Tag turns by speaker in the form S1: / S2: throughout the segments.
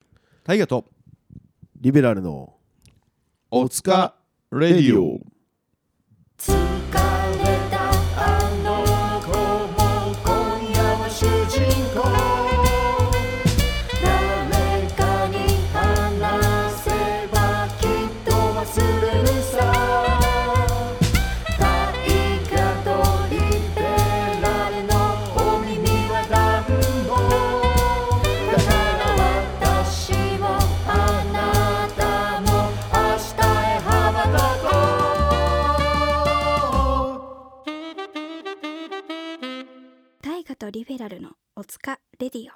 S1: はい、ありがとう。
S2: リベラルの
S1: おつかレディオ。
S3: 疲れたあの子も今夜は主人公誰かに話せばきっと忘れるさ大河とリベラルのお耳は暖房だから私もあなたも明日へ羽ばたこう
S4: 大河とリベラルのおつかレディオ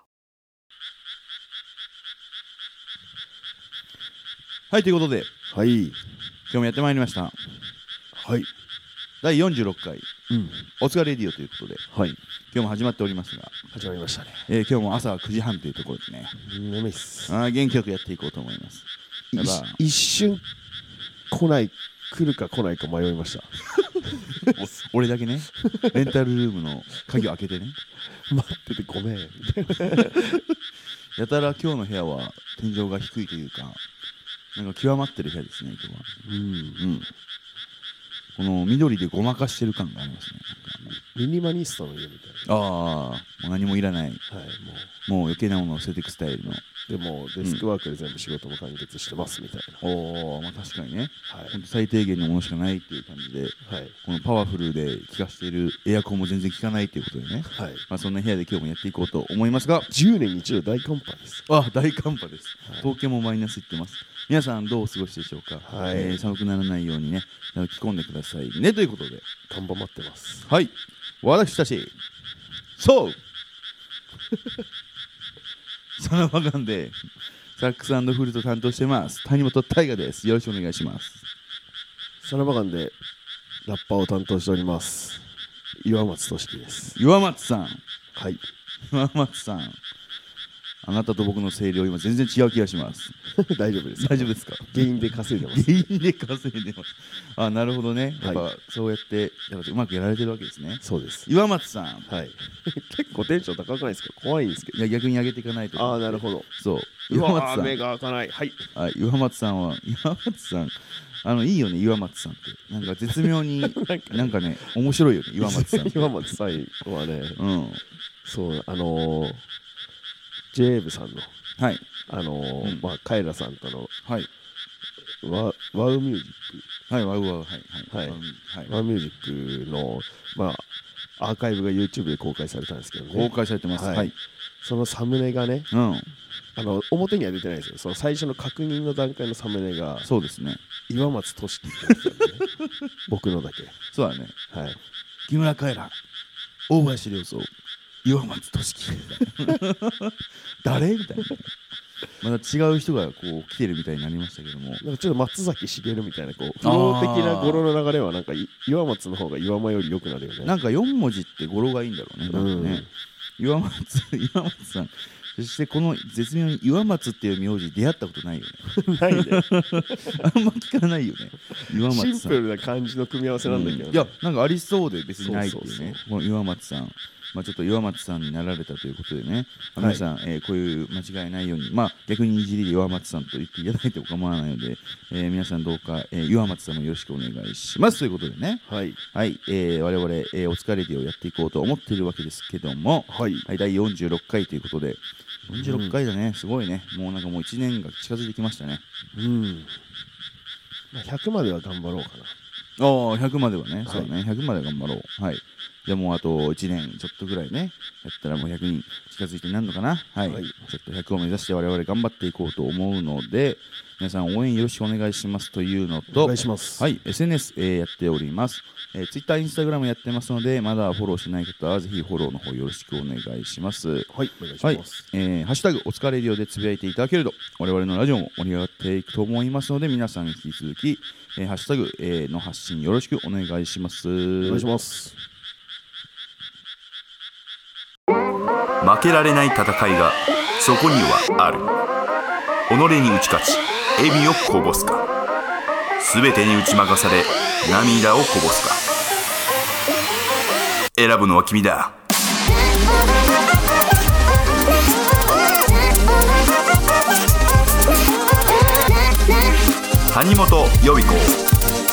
S1: はい、ということで、
S2: はい
S1: 今日もやってまいりました。
S2: はい
S1: 第46回、
S2: うん
S1: おつかレディオということで、
S2: はい
S1: 今日も始まっておりますが、
S2: 始まりましたね
S1: えー今日も朝9時半というところですね。
S2: 眠いっす
S1: あー元気よくやっていこうと思います。やっぱ
S2: 一瞬来ない来るか来ないか迷いました
S1: お俺だけね、レンタルルームの鍵を開けてね、
S2: 待っててごめん
S1: やたら今日の部屋は天井が低いというか、なんか極まってる部屋ですね、今日は。
S2: うん
S1: うん。この緑でごまかしてる感がありますね。
S2: ミニマニストの家みたい
S1: ああ、もう何もいらない。
S2: なはいも
S1: もう余計なものを捨てていくスタイルの。
S2: うでもデスクワークで全部仕事も完結してますみたいな
S1: おお、まあ確かにね。
S2: はい
S1: ほんと最低限のものしかないっていう感じで、
S2: はい
S1: このパワフルで効かしているエアコンも全然効かないっていうことでね。
S2: はい
S1: まあそんな部屋で今日もやっていこうと思いますが、
S2: 10年に一度大寒波です
S1: あ、大寒波です。東京もマイナスいってます。皆さんどうお過ごしでしょうか、
S2: は
S1: え
S2: い
S1: ー寒くならないようにね、着込んでくださいねということで。
S2: 看板待ってます
S1: はい、私たち、そう サナバガンで、サックスフルート担当してます、谷本大河です。よろしくお願いします。
S2: サラバガンでラッパーを担当しております岩松俊樹です
S1: 岩松さん、
S2: はい
S1: 岩松さん、あなたと僕の声量、今、全然違う気がします。
S2: 大丈夫です
S1: 大丈夫ですか
S2: 原因で稼いでます
S1: 原因で稼いでます。あ、なるほどね。やっぱ、
S2: は
S1: そうやって、やっぱうまくやられてるわけですね。
S2: そうです
S1: 岩松さん、
S2: はい 結構テンション高くないですか怖いんですけ
S1: いや逆に上げていかないと。
S2: どああなるほど
S1: そう。
S2: う
S1: 岩
S2: わ
S1: 松
S2: ー
S1: さん
S2: 目。が開かないはい
S1: あ岩松さんは 岩松さんあのいいよね岩松さんってなんか絶妙になんかね面白いよね岩松さん
S2: 岩松さんはね
S1: うん
S2: そうあのージェーブさんの
S1: はい
S2: あの
S1: う
S2: ー
S1: ん
S2: まあカイラさんとの
S1: はい
S2: ワワウミュージ
S1: はいわうわうはいはい
S2: はい
S1: はい
S2: ックワウミュージックのまあアーカイブが YouTube で公開されたんですけど
S1: 公
S2: ね
S1: 開されてます
S2: はい
S1: はい
S2: そのサムネがね
S1: うん
S2: あの表には出てないですよその最初の確認の段階のサムネが
S1: そうですね
S2: 岩松俊樹ってなっ てたんでね僕のだけ
S1: そうだね
S2: はい
S1: 木村カエラ大林良三岩松俊樹みたいな誰みたいなまた違う人がこう来てるみたいになりましたけども
S2: なんかちょっと松崎しげるみたいなこう不動的な語呂の流れはなんかい岩松の方が岩間より良くなるよね
S1: なんか4文字って語呂がいいんだろうね。なんかね岩松、 岩松さん。そしてこの絶妙に岩松っていう名字出会ったことないよね。
S2: ないね
S1: あんま聞かないよね。岩松さん。
S2: シンプルな感じの組み合わせなんだけど、ね
S1: うんいや、なんかありそうで別にないっていうね。
S2: そうそうそう
S1: この岩松さん。まあ、ちょっと岩松さんになられたということでね、
S2: はい
S1: 皆さん、えーこういう間違いないように、まあ、逆にいじりで岩松さんと言っていただいても構わないので、えー皆さんどうか、えー岩松さんもよろしくお願いしますということでね、
S2: はい
S1: はい、えー、我々、えー、お疲れディをやっていこうと思っているわけですけども、
S2: はい
S1: はい、第46回ということで、46回だね、すごいね、もうなんかもう1年が近づいてきましたね。
S2: うん、まあ、100までは頑張ろうかな
S1: ああ、100まではね、
S2: い
S1: そうだね、100まで頑張ろう。はい。じゃあもうあと1年ちょっとぐらいね、やったらもう100に近づいてなんのかな。はい。
S2: はい
S1: ちょっと100を目指して我々頑張っていこうと思うので、皆さん応援よろしくお願いしますというのと、
S2: お願いします
S1: はい、SNS、えーやっております。えー、Twitter、Instagram やってますので、まだフォローしてない方はぜひフォローの方よろしくお願いします。
S2: はいお願いし
S1: はい
S2: ます、
S1: えーハッシュタグお疲れディオでつぶやいていただけると我々のラジオも盛り上がっていくと思いますので皆さん引き続き、えーハッシュタグ、えーの発信よろしくお願いします
S2: お願いします
S5: 負けられない戦いがそこにはある己に打ち勝ち笑みをこぼすか全てに打ち負かされ涙をこぼすか選ぶのは君だ
S6: 「君の声が聞こえてる」
S5: 谷本予備校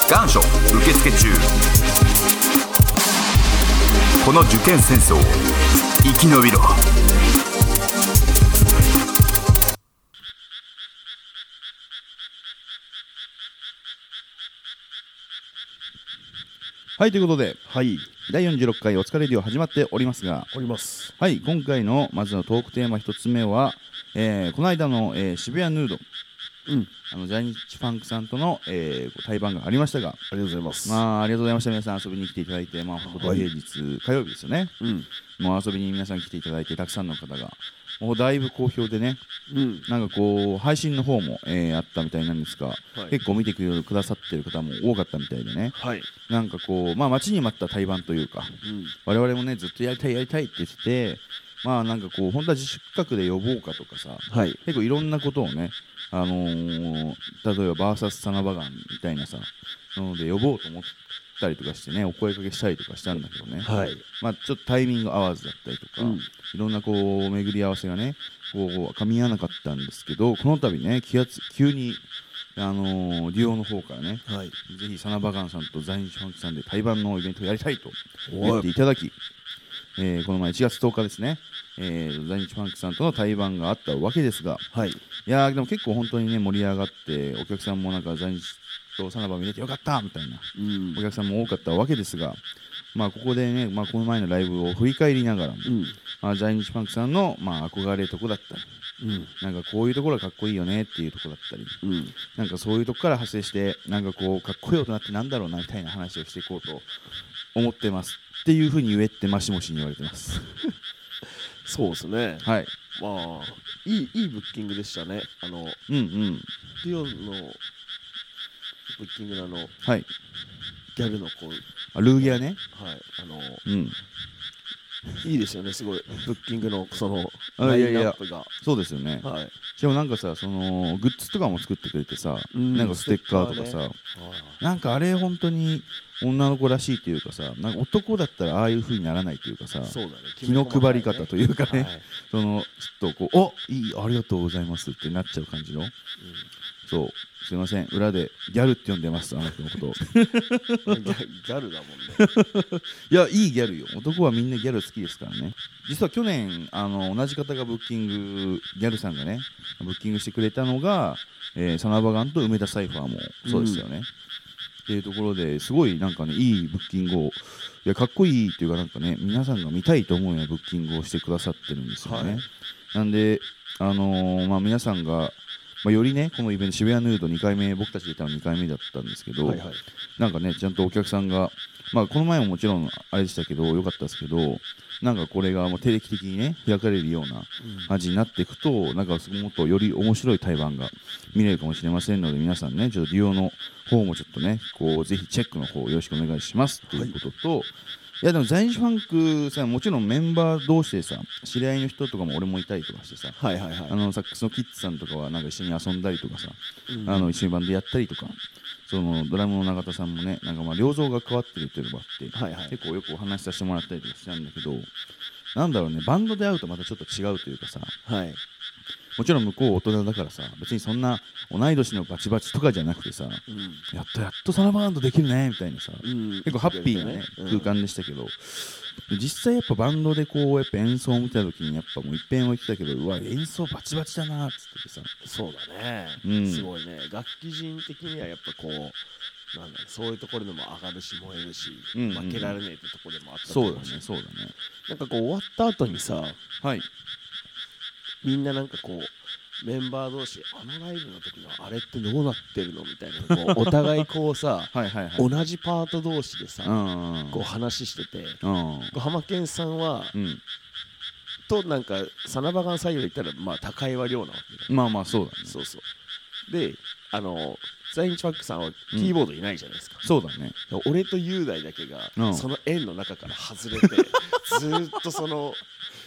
S5: 願書受付中この受験戦争を生き延びろ
S1: はいということで
S2: はい、
S1: 第46回お疲れディオ始まっておりますが
S2: おります。
S1: はい今回のまずのトークテーマ一つ目は、えーこの間の、えー渋谷ヌード、
S2: うん
S1: あのジャニーチファンクさんとの、えー対バンがありましたが
S2: ありがとうございます。
S1: まあありがとうございました皆さん遊びに来ていただいてまあほぼ平日火曜日ですよね
S2: うん、
S1: もう遊びに皆さん来ていただいてたくさんの方がもうだいぶ好評でね
S2: うん、
S1: なんかこう配信の方も、えーあったみたいなんですが、
S2: い
S1: 結構見てくださってる方も多かったみたいでね
S2: はい、
S1: なんかこうまあ待ちに待った対バンというか
S2: うん、
S1: 我々もねずっとやりたいやりたいって言っててまあなんかこう本当は自主企画で呼ぼうかとかさ
S2: はい、
S1: 結構いろんなことをねあのー例えば VS サナバガンみたいなさなので呼ぼうと思ったりとかしてねお声かけしたりとかしたんだけどね、
S2: はい、
S1: まあ、ちょっとタイミング合わずだったりとか、
S2: うん
S1: いろんなこう巡り合わせがねこう噛み合わなかったんですけどこの度ね気圧急に、あのー、デュオの方からね
S2: はい、
S1: ぜひサナバガンさんと在日ファンクさんで対バンのイベントをやりたいと
S2: おい
S1: 言っていただき、えーこの前1月10日ですね、えー、在日ファンクさんとの対バンがあったわけですが
S2: はい、
S1: いやーでも結構本当にね盛り上がってお客さんもなんか在日とサナバ見れてよかったみたいな
S2: うん
S1: お、客さんも多かったわけですが、まあ、ここでね、まあ、この前のライブを振り返りながらも、
S2: うん、
S1: まあ、在日パンクさんの、まあ、憧れるとこだったり
S2: うん、
S1: なんかこういうところがかっこいいよねっていうとこだったり
S2: うん、
S1: なんかそういうとこから派生してなんかこうかっこいい大人ってなんだろうなみたいな話をしていこうと思ってますっていうふうに言えってマシモシに言われてます
S2: そうですね。
S1: はい
S2: まあ、いい、いいブッキングでしたね。あの、
S1: うんうん
S2: リオンの。ブッキングのあの、
S1: はい
S2: ギャルの子、はい、
S1: あルーギアね
S2: あの、
S1: うん
S2: いいですよね、すごい、ブッキングの、その、
S1: あ
S2: ラ
S1: いや
S2: イ
S1: い
S2: ン
S1: や
S2: ナップが。
S1: そうですよね
S2: はい。
S1: しかもなんかさそのグッズとかも作ってくれてさ
S2: うん
S1: なんかステッカーとか
S2: ステッカー
S1: さなんかあれ本当に女の子らしいというかさなんか男だったらああいう風にならないというかさ
S2: そうだね。
S1: 気の配り方というかね、
S2: はい
S1: そのちょっとこう「おいいありがとうございます」ってなっちゃう感じの、そうすいません裏でギャルって呼んでますあの人のこと
S2: ギャギャルだもんね。
S1: いやいいギャルよ男はみんなギャル好きですからね実は去年あの同じ方がブッキングギャルさんがねブッキングしてくれたのが、えーサナバガンと梅田サイファーもそうですよね、っていうところですごいなんかねいいブッキングをいやかっこいいっていうかなんかね皆さんが見たいと思うようなブッキングをしてくださってるんですよね、
S2: はい
S1: なんであのーまあ皆さんがまあ、よりねこのイベント渋谷ヌード2回目僕たち出たの2回目だったんですけど、
S2: はいはい。
S1: なんかねちゃんとお客さんがまあこの前ももちろんあれでしたけど良かったですけどなんかこれがもう定期的にね開かれるような感じになっていくと、なんかもっとより面白い対バンが見れるかもしれませんので皆さんねちょっと利用の方もちょっとねこうぜひチェックの方よろしくお願いしますということと、い、やでも在日ファンクさんもちろんメンバー同士でさ知り合いの人とかも俺もいたりとかしてさ
S2: はいはいはい
S1: あ。のサックスのキッズさんとかはなんか一緒に遊んだりとかさ、あの一緒にバンドやったりとかそのドラムの永田さんもねなんかまあ良造が変わってるっていうのがあって、
S2: はいはい
S1: 結構よくお話しさせてもらったりとかしたんだけどなんだろうねバンドで会うとまたちょっと違うというかさ
S2: はい。
S1: もちろん向こう大人だからさ別にそんな同い年のバチバチとかじゃなくてさ
S2: うん。
S1: やっとやっとサラバンドできるねみたいなさ、
S2: うん
S1: 結構ハッピーなね、
S2: うん
S1: 空間でしたけど、実際やっぱバンドでこうやっぱ演奏を見た時にやっぱもう一遍は言ってたけどうわ演奏バチバチだなーっつっててさ
S2: そうだね、
S1: うん
S2: すごいね楽器人的にはやっぱこうなんだろうそういうところでも上がるし燃えるし、
S1: うんうんうん
S2: 負けられないってところでもあったと
S1: そ
S2: 思
S1: うだねそうだね
S2: なんかこう終わった後にさ
S1: はい
S2: みんななんかこうメンバー同士あのライブの時のあれってどうなってるのみたいなこうお互いこうさ
S1: はいはいはい
S2: 同じパート同士で
S1: う
S2: さ、
S1: んうん
S2: こう話してて
S1: うん
S2: こう浜健さんは、
S1: うん
S2: となんかサナバガン採用行ったらまあ高岩亮なわけだ
S1: まあまあそうだね
S2: そうそうであの在日パックさんはキーボードいないじゃないですか、
S1: そうだね
S2: 俺と雄大だけが、
S1: うん
S2: その円の中から外れて ずーっとその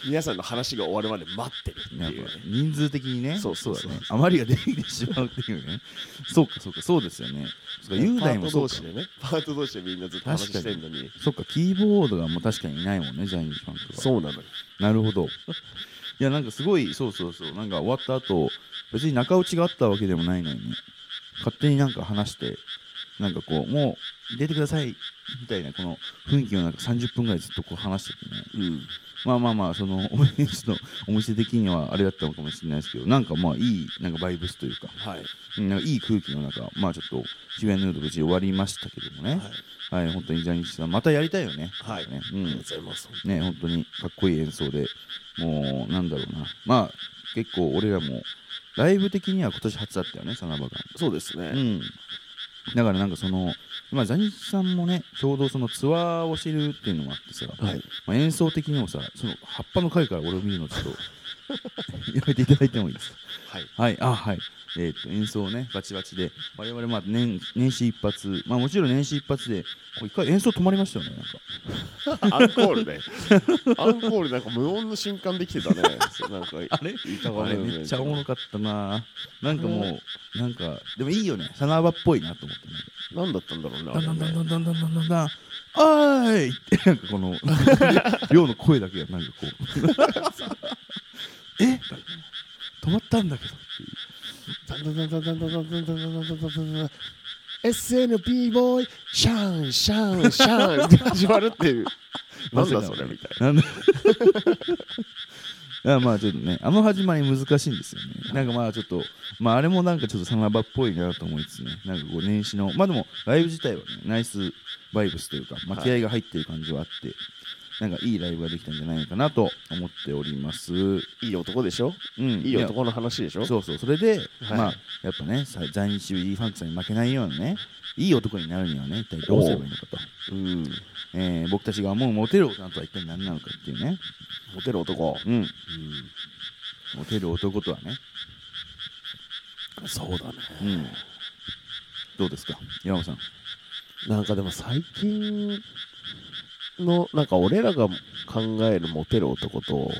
S2: 皆さんの話が終わるまで待ってる
S1: や
S2: っ
S1: って
S2: いう
S1: ぱ
S2: ね
S1: 人数的にね
S2: そうそうそう
S1: だね余りが出てきてしまうっていうね そうかそうかそうですよねそうか雄大もそう
S2: パ
S1: か
S2: ート同士でねパート同士でみんなずっと話してんのに
S1: そっかキーボードがもう確かにいないもんね在日ファンクは
S2: そうなのに
S1: なるほど。いや、なんかすごい、そうそうそう、なんか終わった後、別に中落ちがあったわけでもないのにね、勝手になんか話してなんかこうもう出てくださいみたいなこの雰囲気をなんか30分ぐらいずっとこう話しててね
S2: うん
S1: まあまあまあその オレンジのお店的にはあれだったのかもしれないですけどなんかまあいいなんかバイブスというか
S2: はい
S1: うんなんかいい空気の中まあちょっと渋谷ヌード無事終わりましたけどもねはい、本当にジャニーズさんまたやりたいよね
S2: はい、
S1: ね
S2: あ
S1: う
S2: りがとうんございます
S1: ね本当にかっこいい演奏でもうなんだろうなまあ結構俺らもライブ的には今年初だったよねサナバが
S2: そうですね、
S1: うんだからなんかそのまあジャニーズさんもねちょうどそのツアーをしてるっていうのもあってさ、
S2: はい
S1: まあ、演奏的にもさその葉っぱの回から俺を見るのちょっと やめていただいてもいいですかは
S2: はい
S1: い、あ、はい。えー、と演奏をね、バチバチで、我々、まあ年、年始一発、まあ、もちろん年始一発で、こう一回演奏止まりましたよね、なんか。
S2: アンコールねアンコールなんか無音の瞬間できてたねそうなんか
S1: あれ
S2: 歌
S1: あ
S2: 声
S1: れめっちゃおもろかったななんかもう、なんか、でもいいよね、サナーバっぽいなと思って、
S2: 何だったんだろうねあ
S1: だ
S2: れ
S1: んだんだ
S2: ね
S1: んだんだんだんだんだんおーいってなんかこ の量の声だけがなんか こうえ止まったんだけどっていう
S2: だんだんだんだんだんだんだんだんだんだんだんだんだんだん SNP ボーイシャンシャンシャンって始まるっていうなんだそれみたいな
S1: なんだいやま あちょっとねあの始まり難しいんですよねなんかまあちょっとまああれもなんかちょっとサナバっぽいなと思いつつねなんかこう年始のまあでもライブ自体はねナイスバイブスというか、まあ、気合が入ってる感じはあって、なんかいいライブができたんじゃないのかなと思っておりますうん
S2: いい男でしょい
S1: い
S2: い
S1: や
S2: 男の話でしょ
S1: そうそうそれで、
S2: はい
S1: まあやっぱねさ在日ウィーファンクさんに負けないようなねいい男になるにはね一体どうすればいいのかと、
S2: うん
S1: えー僕たちが思うモテる男とは一体何なのかっていうね
S2: モテる男
S1: うんモテる男とはね、
S2: そうだね
S1: うん、どうですか山本さん
S2: なんかでも最近のなんか俺らが考えるモテる男となんか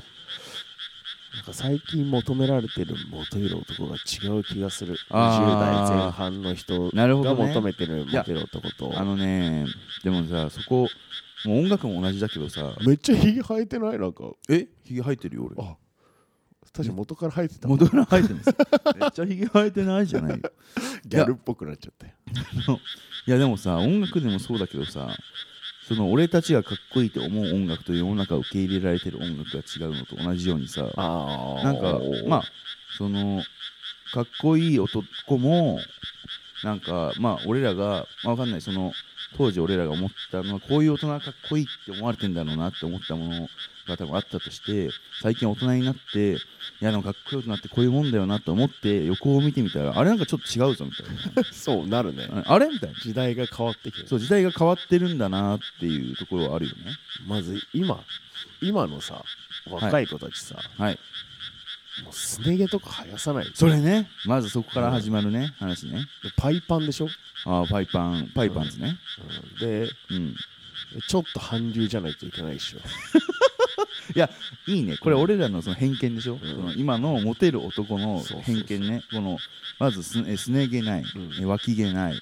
S2: 最近求められてるモテる男が違う気がする20
S1: あー
S2: 代前半の人
S1: なるほ
S2: が
S1: どね
S2: 求めてるモテる男と
S1: あのねでもさそこもう音楽も同じだけどさ
S2: めっちゃひげ生えてないなんか
S1: えひげ生えてるよ
S2: あ確かに元から生えてた
S1: 元から生えてるんですよ めっちゃひげ生えてないじゃないよ
S2: ギャルっぽくなっちゃって
S1: いやでもさ音楽でもそうだけどさその俺たちがかっこいいと思う音楽と世の中を受け入れられてる音楽が違うのと同じようにさ
S2: あ
S1: なんかまあそのかっこいい男もなんかまあ俺らが、まあ、わかんないその当時俺らが思ったのはこういう大人がかっこいいって思われてんだろうなって思ったものが多分あったとして最近大人になっていやでもかっこよくなってこういうもんだよなと思って横を見てみたらあれなんかちょっと違うぞみたい
S2: そうなるね
S1: なあれみたいな
S2: 時代が変わってきてる
S1: そう時代が変わってるんだなっていうところはあるよね
S2: まず今今のさ若い子たちさ、
S1: はい
S2: もうすね毛とか生やさない
S1: それねまずそこから始まるね話ね
S2: でパイパンでしょ、
S1: ああパイパンパイパンですね
S2: うんで
S1: うん
S2: ちょっと韓流じゃないといけないでしょ
S1: いや、いいね。これ俺らのその偏見でしょ、
S2: ん
S1: その今のモテる男の
S2: そうそうそう
S1: 偏見ね。この、まずすえすね毛ない、
S2: ん
S1: え脇毛ない。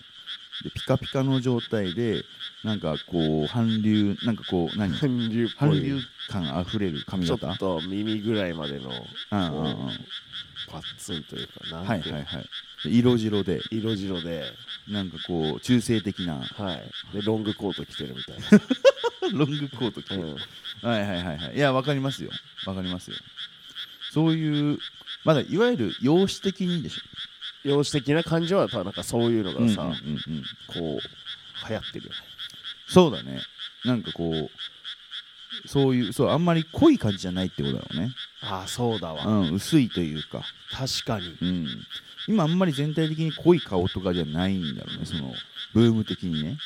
S1: で、ピカピカの状態で、なんかこう、韓流、なんかこう、何
S2: 韓流っぽ
S1: 韓流
S2: い
S1: 感あふれる髪
S2: ちょ
S1: 型
S2: っと耳ぐらいまでの
S1: うんうんうん。
S2: こ
S1: は
S2: うパッツンというか
S1: い
S2: な
S1: は
S2: ん
S1: い
S2: ていうの
S1: はい。で色白で、
S2: 色白で,、
S1: なんかこう、中性的な、
S2: はい、でロングコート着てるみたい
S1: ロングコート着て
S2: な、 うん
S1: はいはいはいはい。いや、わかりますよ。わかりますよ。そういう、まだいわゆる容姿的にでしょ。
S2: 容姿的な感じはやっぱなんかそういうのがさ、
S1: うんうんうんうん
S2: こう流行ってるよね
S1: そうだね。なんかこう、そういう、そう、あんまり濃い感じじゃないってことだろうね。
S2: ああそうだわ、
S1: うん、薄いというか、
S2: 確かに
S1: うん。今あんまり全体的に濃い顔とかじゃないんだろうね、その、ブーム的にね。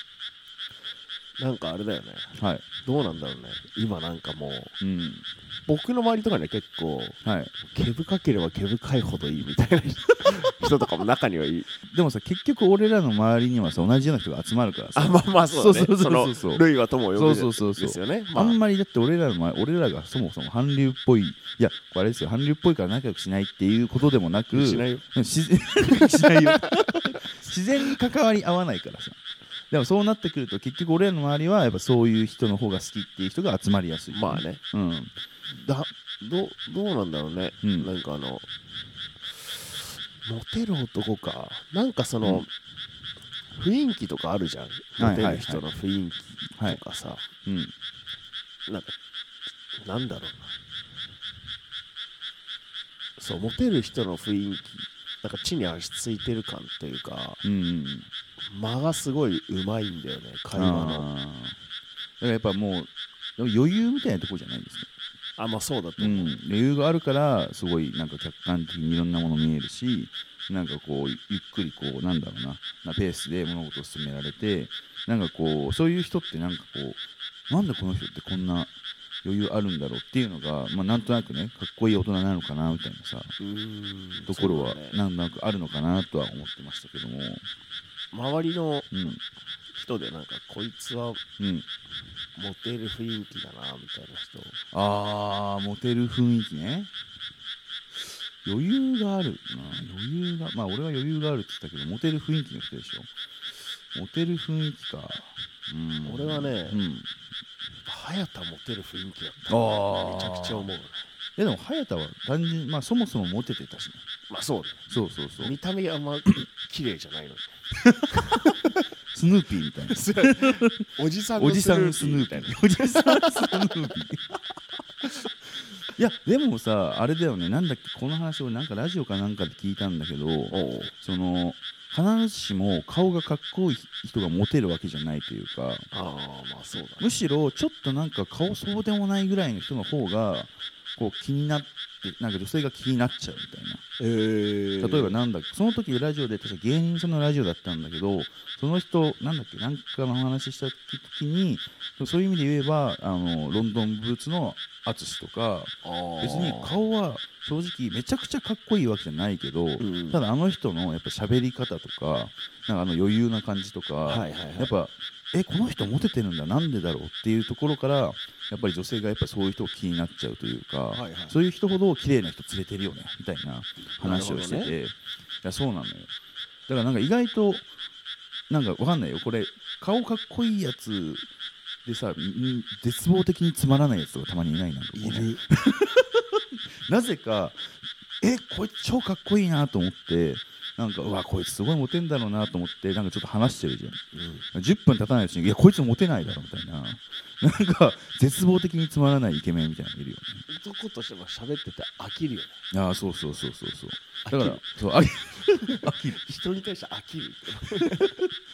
S2: なんかあれだよね
S1: はい。
S2: どうなんだろうね今なんかもう
S1: うん。
S2: 僕の周りとかね結構
S1: はい。
S2: 毛深ければ毛深いほどいいみた いな人人とかも中にはいい
S1: でもさ、結局俺らの周りにはさ、同じような人が集まるからさ。
S2: あまあまあそうだね
S1: そうそうそうそう
S2: の類は友を呼ぶ
S1: そうそうそうそう
S2: ですよね
S1: あん
S2: ま
S1: まりだって俺らの前俺らがそもそも韓流っぽいいやあれですよ韓流っぽいから仲良くしないっていうことでもなく
S2: あしないよ
S1: 自然 しないよ 自然に関わり合わないからさでもそうなってくると結局俺らの周りはやっぱそういう人の方が好きっていう人が集まりやすい、
S2: まあね
S1: うん
S2: だどうどうなんだろうね、
S1: うん
S2: なんかあのモテる男かなんかその、雰囲気とかあるじゃん
S1: はい
S2: モテる人の雰囲
S1: は
S2: 気
S1: い
S2: とかさ、
S1: うん
S2: なんかなんだろうなそうモテる人の雰囲気なんか地に足ついてる感というか
S1: うんうん
S2: 間がすごいうまいんだよね会話の
S1: あーだからやっぱもうでも余裕みたいなとこじゃないですね
S2: あまあそうだと
S1: う
S2: 思う、
S1: ん、理由があるからすごいなんか客観的にいろんなもの見えるしなんかこうゆっくりこうなんだろうななペースで物事を進められてなんかこうそういう人ってなんかこうなんでこの人ってこんな余裕あるんだろうっていうのが、まあ、なんとなくねかっこいい大人なのかなみたいなさ
S2: うーん
S1: ところは
S2: そうだね
S1: なんとなくあるのかなとは思ってましたけども
S2: 周りの
S1: うん
S2: 人でなんかこいつはモ
S1: うん
S2: テる雰囲気だなみたいな人
S1: あーモテる雰囲気ね余裕があるな余裕がまあ俺は余裕があるって言ったけどモテる雰囲気の人でしょモテる雰囲気かうん
S2: 俺はね
S1: うん
S2: 早田モテる雰囲気だっ
S1: あ
S2: た
S1: ー
S2: めちゃくちゃ思うね
S1: えでも早田は単純にまあそもそもモテてたしね
S2: まあそうね
S1: そうそうそう
S2: 見た目あんま綺麗じゃないのに
S1: スヌーピーみたいな
S2: おじさんの
S1: おじさん
S2: ス
S1: ス
S2: ヌ
S1: ヌ
S2: ー
S1: ー
S2: ピ
S1: ピ
S2: ーみたいな
S1: ーおじさんスヌーピーいやでもさあれだよねなんだっけこの話をなんかラジオかなんかで聞いたんだけど
S2: おう
S1: その必ずしも顔がかっこいい人がモテるわけじゃないというか
S2: ああまあそうだね
S1: むしろちょっとなんか顔そうでもないぐらいの人の方がこう気になってなんか女性が気になっちゃうみたいな
S2: えー
S1: 例えばなんだっけその時ラジオで確か芸人さんのラジオだったんだけどその人なんだっけなんかの話した時にそういう意味で言えばあのロンドンブーツの淳とか別に顔は正直めちゃくちゃかっこいいわけじゃないけど、
S2: ん
S1: ただあの人のやっぱ喋り方とかなんかあの余裕な感じとか、
S2: はいはいはい
S1: やっぱえこの人モテてるんだなんでだろうっていうところからやっぱり女性がやっぱそういう人を気になっちゃうというか、
S2: いはい
S1: そういう人ほど綺麗な人連れてるよねみたいな話をして
S2: なる
S1: て、いやそうなのよだからなんか意外となんかわかんないよこれ顔かっこいいやつでさん絶望的につまらないやつとかたまにいないなと思う
S2: いる
S1: なぜかえこいつ超かっこいいなと思ってなんかうわこいつすごいモテんだろうなと思ってなんかちょっと話してるじゃん、10分経たないうちにいやこいつモテないだろみたいななんか絶望的につまらないイケメンみたいなのいるよ
S2: 男としても喋ってて飽きるよね
S1: ねああそうそうそうそうそうだ
S2: 飽
S1: か
S2: き
S1: ら
S2: る
S1: そうあい
S2: 人に対して飽きる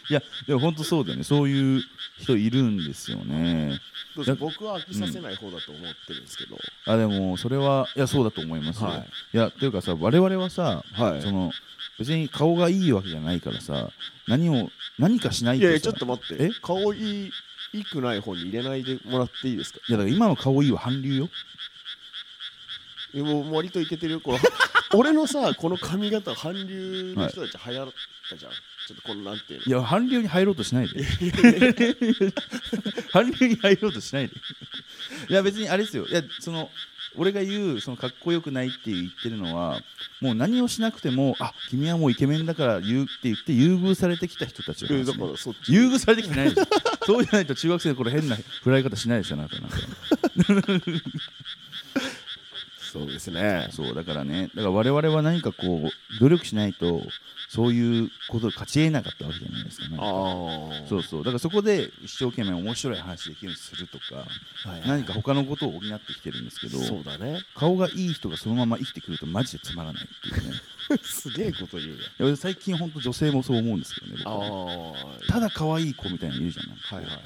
S1: やでも本当そうだよねそういう人いるんですよね
S2: どうぞ僕は飽きさせない方だと思ってるんですけど、
S1: あでもそれはいやそうだと思いますよ、
S2: はい
S1: い、やというかさ我々はさ、
S2: はい
S1: その別に顔がいいわけじゃないからさ何を何かしない
S2: い
S1: とさ
S2: やいやちょっと待って
S1: え
S2: 顔いいいいくない方に入れないでもらっていいですか
S1: いやだから今の顔いいは韓流よ
S2: いやもう割といけてるよ これ俺のさこの髪型韓流の人たち流行ったじゃん、ちょっとこのなんていうの
S1: いや韓流に入ろうとしないで 韓流に入ろうとしないでいや別にあれですよいやその俺が言うそのかっこよくないって言ってるのはもう何をしなくてもあ君はもうイケメンだから言うって言って優遇されてきた人たちを、
S2: うんだからそっち
S1: 優遇されてきてないでしょそうじゃないと中学生の頃変な振られ方しないですよあなたなんか
S2: そうですね
S1: そうだからねだから我々は何かこう努力しないとそういうことを勝ち得なかったわけじゃないですかね
S2: ああ
S1: そうそうだからそこで一生懸命面白い話できるようにするとか、
S2: はいはい
S1: 何か他のことを補ってきてるんですけど
S2: そうだね
S1: 顔がいい人がそのまま生きてくるとマジでつまらないって いうね
S2: すげえこと言うね
S1: いや俺最近本当女性もそう思うんですけどね僕
S2: ああ
S1: は
S2: は
S1: ただ可愛い子みたいなのいるじゃんなんか
S2: いはいはい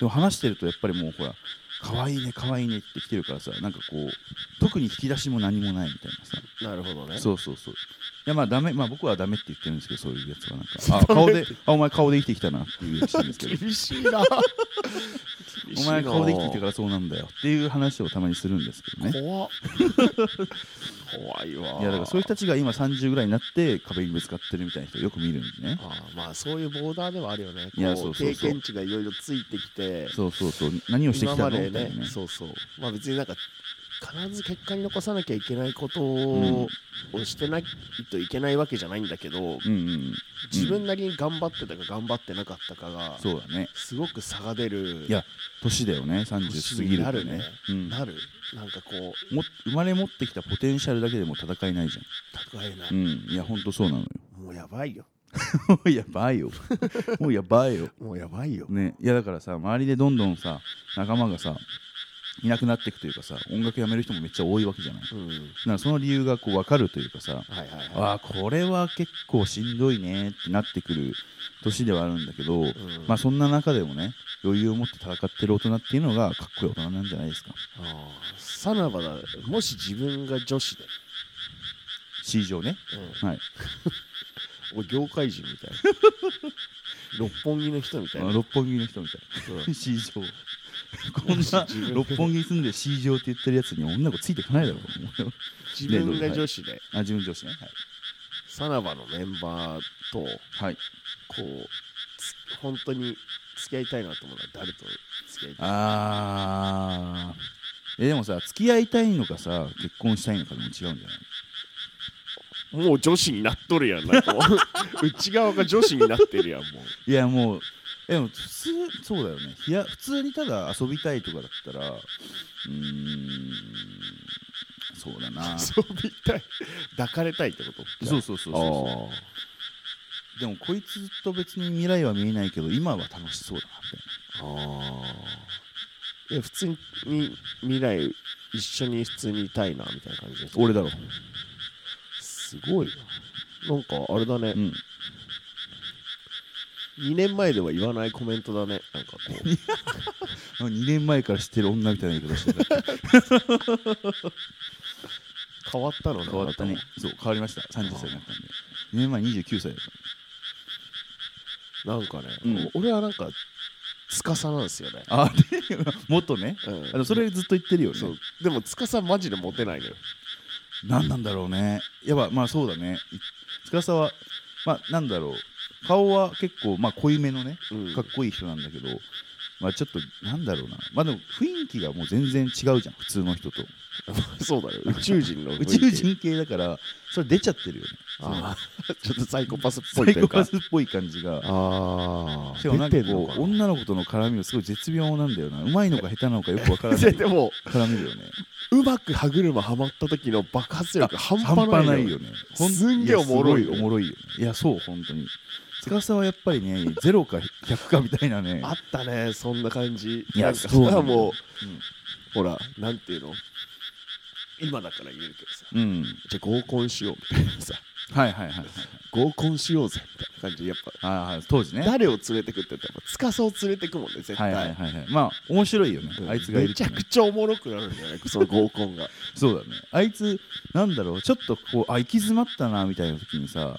S1: でも話してるとやっぱりもうほら可愛いね可愛いねって来てるからさなんかこう特に引き出しも何もないみたいなさ
S2: なるほどね
S1: そうそうそう。いやまあダメ、まあ僕はダメって言ってるんですけど、そういうやつはなんか、 あ顔で、あお前顔で生きてきたなっていうやつなんですけど、
S2: 厳し いな厳し
S1: お
S2: いな
S1: 前顔で生きてきたからそうなんだよっていう話をたまにするんですけどね。
S2: 怖っ怖いわ
S1: いやだからそういう人たちが今30ぐらいになって壁にぶつかってるみたいな人よく見るんでね。
S2: ああまあそういうボーダーではあるよね
S1: いや
S2: こ
S1: そうそうそう
S2: 経験値がいろいろついてきて
S1: そうそうそう、何をしてき
S2: 今
S1: た
S2: ま
S1: の
S2: で
S1: みたい
S2: ね
S1: なね。
S2: そうそうまあ別になんか必ず結果に残さなきゃいけないこと
S1: ん
S2: をしてないといけないわけじゃないんだけど、
S1: うんうん
S2: 自分なりに頑張ってたか頑張ってなかったかが、
S1: そうだね
S2: すごく差が出る
S1: いや年だよね30過ぎる
S2: な
S1: と
S2: る
S1: ね
S2: ね、
S1: うん、
S2: なるなんかこう
S1: も生まれ持ってきたポテンシャルだけでも戦えないじ
S2: 蓄えない
S1: ゃん、うん、いやほんとそう なのよ
S2: もうやばいよ
S1: もうやばい よもうやばいよ
S2: もうやばいよ、
S1: ねいやだからさ周りでどんどんさ仲間がさいなくなっていくというかさ音楽やめる人もめっちゃ多いわけじゃないだ
S2: うん、
S1: からその理由がこう分かるというかさ
S2: はいはいはい
S1: あーこれは結構しんどいねってなってくる年ではあるんだけど、
S2: ん
S1: まあそんな中でもね余裕を持って戦ってる大人っていうのがかっこいい大人なんじゃないですか
S2: あーさらばだもし自分が女子で、
S1: 市場ね、はい
S2: 俺業界人みたい な六本木の人みたい
S1: あ
S2: な
S1: 六本木の人みたい
S2: うん
S1: な市場こんな六本木に住んで市場って言ってるやつに女の子ついてかないだろう思うよ
S2: 自分が女子で
S1: あ自分女子ね
S2: さらばのメンバーとこ
S1: はい、はい、
S2: うつ本当に付き合いたいなと思うのは誰と付き合いたい
S1: あーえでもさ付き合いたいのかさ結婚したいのかでも違うんじゃない
S2: もう女子になっとるやんなんかも う内側が女子になってるやんも
S1: いやもうえでも普通そうだよねいや普通にただ遊びたいとかだったらうーんそうだな
S2: う
S1: そ
S2: そうみたい抱かれたいってこと
S1: うそうそうそうそ
S2: あー
S1: うでもこいつと別に未来は見えないけど今は楽しそうだなみたいな
S2: ああ普通に未来一緒に普通にいたいなみたいな感じです
S1: 俺だろ
S2: すごいななんかあれだね、
S1: うん
S2: 2年前では言わないコメントだねなんかこ う
S1: 2年前から知ってる女みたいな言い方してた
S2: 変わったのね
S1: 変わったねそう変わりました30歳になったんで2年前29歳だった
S2: あなたもなんかね、
S1: うん
S2: 俺はなんか司なんですよね
S1: あで 元ね、
S2: うん
S1: あでもそれずっと言ってるよね
S2: そうでも司マジでモテないのよ
S1: 何なんだろうねやっぱまあそうだねい司はまあなんだろう顔は結構まあ濃いめのね
S2: うん
S1: かっこいい人なんだけど、まあちょっとなんだろうなまあでも雰囲気がもう全然違うじゃん普通の人と
S2: そう だよ宇宙人の雰
S1: 宇
S2: 囲気
S1: 宙人系だからそれ出ちゃってるよね
S2: あ ーちょっとサイコパスっ
S1: そ
S2: ぽ
S1: の
S2: い
S1: サ
S2: と
S1: イ
S2: い
S1: コ
S2: うか
S1: パスっぽい感じが
S2: ああ
S1: しかもなんか
S2: 出てんの
S1: こ
S2: か
S1: う
S2: な
S1: 女の子との絡みがすごい絶妙なんだよなうまいのか下手なのかよくわ からな
S2: で
S1: い
S2: でも
S1: 絡みだよね
S2: うまく歯車はまった時の爆発力半
S1: 半
S2: 端な
S1: 端
S2: いよ
S1: ないよね。ほ
S2: すんげえおもろい
S1: やす
S2: よ
S1: ごおもろいよね。いや、そう、本当に。司はやっぱりね、ゼロか100かみたいなね。
S2: あったねそんな感じ
S1: いや
S2: なんか
S1: そうなの
S2: さもう、
S1: うん
S2: ほらなんていうの今だから言えるけどさ
S1: うん。
S2: じゃあ合コンしようみたいなさ
S1: はいはいはい。
S2: 合コンしようぜみたいな感じでやっぱ
S1: ああ、当時ね。
S2: 誰を連れてくって言ったら司を連れてくもんね絶
S1: はいは
S2: 対、
S1: いはいはい。まあ、面白いよね。あいつがい
S2: め
S1: ると
S2: ちゃ
S1: ね
S2: くちゃおもろくなるんじゃないその合コンが
S1: そうだね。あいつ、なんだろう、ちょっとこう、あ、行き詰まったな、みたいな時にさ、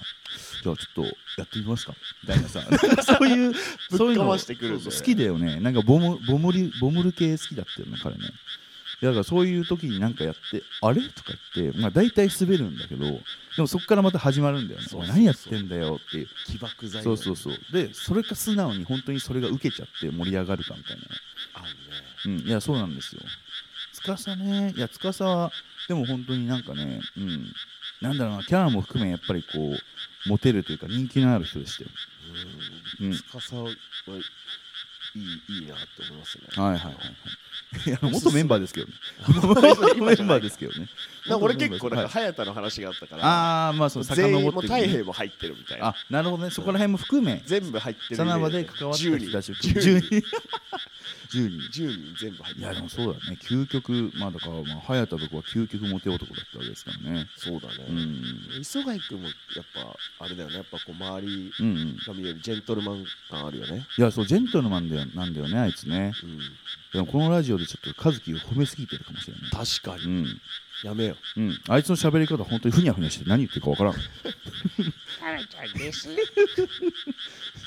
S1: じゃあちょっとやってみますかみたいなさ、 そういう、そういう
S2: ぶっか
S1: の
S2: ましてくるんだよね
S1: そうそう好きだよね。なんかボム、ボムリ、ボムル系好きだったよね、彼ね。いやだからそういう時になんかやって、あれとか言って、まあ大体滑るんだけど、でもそこからまた始まるんだよね。
S2: そう
S1: お
S2: そう
S1: 前
S2: そう
S1: 何やってんだよっていう。
S2: 起爆剤
S1: そうそうそう。で、それか素直に本当にそれが受けちゃって盛り上がるかみたいな。
S2: あるね
S1: うん、いや、そうなんですよ。司ね、いや、司は、でも本当になんかね、うん、なんだろうな、キャラも含め、やっぱりこう、モテるというか、人気のある人でしたよ。うん、はい
S2: 司はいいいいなって思いますね
S1: はいはい はい。いや、元メンバーです けどね。元メンバーですけどね。
S2: なんか俺結構なんか
S1: はい
S2: 早田の話があったから、
S1: ああ、まあ、その、
S2: 全員
S1: 遡
S2: も
S1: って
S2: う
S1: くね
S2: 太平も入ってるみたいな
S1: あ、なるほどね、そこら辺も含め、
S2: 全部入ってる
S1: さなばで関わった人たちを
S2: 10人
S1: 10
S2: 10
S1: 人。10人。
S2: 人10人全部入って
S1: い
S2: る
S1: や、でもそうだね、究極、まあ、だから、まあ、早田とかは究極モテ男だったわけですからね。
S2: そうだね、
S1: うん。
S2: 磯貝君もやっぱあれだよねやっぱこう周り
S1: うんうん、
S2: が見えるジェントルマン感あるよね
S1: いやそうジェントルマンだよなんだよねあいつね
S2: うん
S1: でもこのラジオでちょっと和樹を褒めすぎてるかもしれない
S2: 確か
S1: う
S2: に、
S1: ん
S2: やめよう
S1: うんあいつの喋り方本当にふにゃふにゃしてて何言ってるかわからん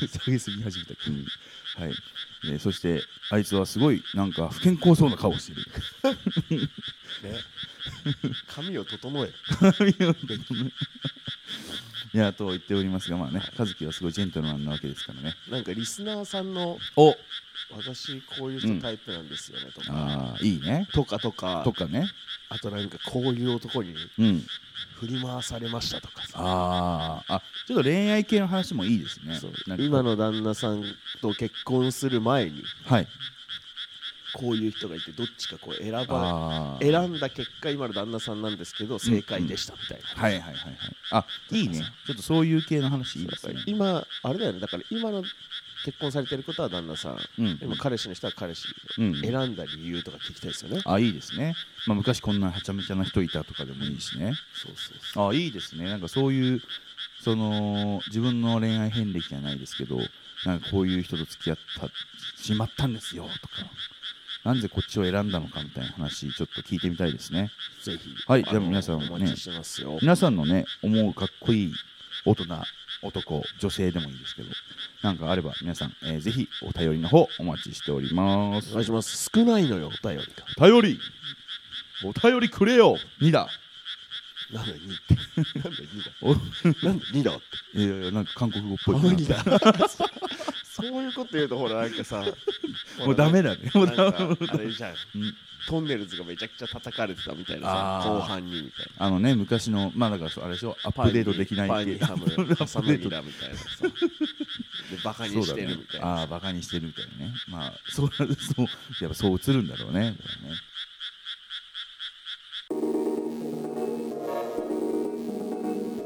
S1: 下げすぎ始めた君にはい、えーそしてあいつはすごいなんか不健康そうな顔してる
S2: ね 髪を整え
S1: いやと言っておりますがまあね和樹はすごいジェントルマンなわけですからね
S2: なんかリスナーさんの
S1: お
S2: 私こういう人タイプなんですよねとか、
S1: ああいいね
S2: とかとか
S1: とかね
S2: あとなんかこういう男に
S1: うん、
S2: 振り回されましたとかさ
S1: あーあちょっと恋愛系の話もいいですね
S2: そう
S1: なんか
S2: 今の旦那さんと結婚する前に
S1: はい
S2: こういう人がいてどっちかこう選ば
S1: あー
S2: 選んだ結果今の旦那さんなんですけど正解でしたみたいな、
S1: はいはいはいはいあいいねちょっとそういう系の話いいですね
S2: 今あれだよねだから今の結婚されてることは旦那さん、
S1: うん
S2: 今彼氏の人は彼氏、
S1: うん
S2: 選んだ理由とか聞きたいですよね
S1: あいいですね、まあ、昔こんなはちゃめちゃな人いたとかでもいいしね
S2: そうそうそう
S1: あいいですねなんかそういうその自分の恋愛遍歴じゃないですけどなんかこういう人と付き合ったしまったんですよとかなんでこっちを選んだのかみたいな話ちょっと聞いてみたいですね
S2: ぜひ。
S1: はい
S2: あの
S1: じゃあ皆さんもね
S2: お待ちしてますよ。
S1: 皆さんのね思うかっこいい大人男女性でもいいですけどなんかあれば皆さん、えーぜひお便りの方お待ちしておりま
S2: お
S1: す
S2: 願いします。少ないのよ、お便りが。
S1: 頼りお便りくれよ2だ
S2: なんで2って。なんで
S1: お
S2: 2だ。なんで2だって。
S1: いやいやなんか韓国語っぽい
S2: 無
S1: な
S2: 理だ。そういうこと言うと、ほら、なんかさ。
S1: もうダメだね
S2: ほ
S1: もうダ
S2: ら。な
S1: メ
S2: んかあれじゃん
S1: ん。
S2: トンネルズがめちゃくちゃ叩かれてたみたいな
S1: あ
S2: さ、
S1: ー
S2: 後半にみたいな。
S1: あのね昔のまあだからそうあれでしょアップデートできない
S2: パン
S1: 系
S2: にハム、挟むニラみたいなさ。で、バカに
S1: そう
S2: し
S1: だ
S2: て
S1: ね
S2: るみたいな。
S1: ああバカにしてるみたいなねまあそうそうやっぱそう映るんだろうねだからね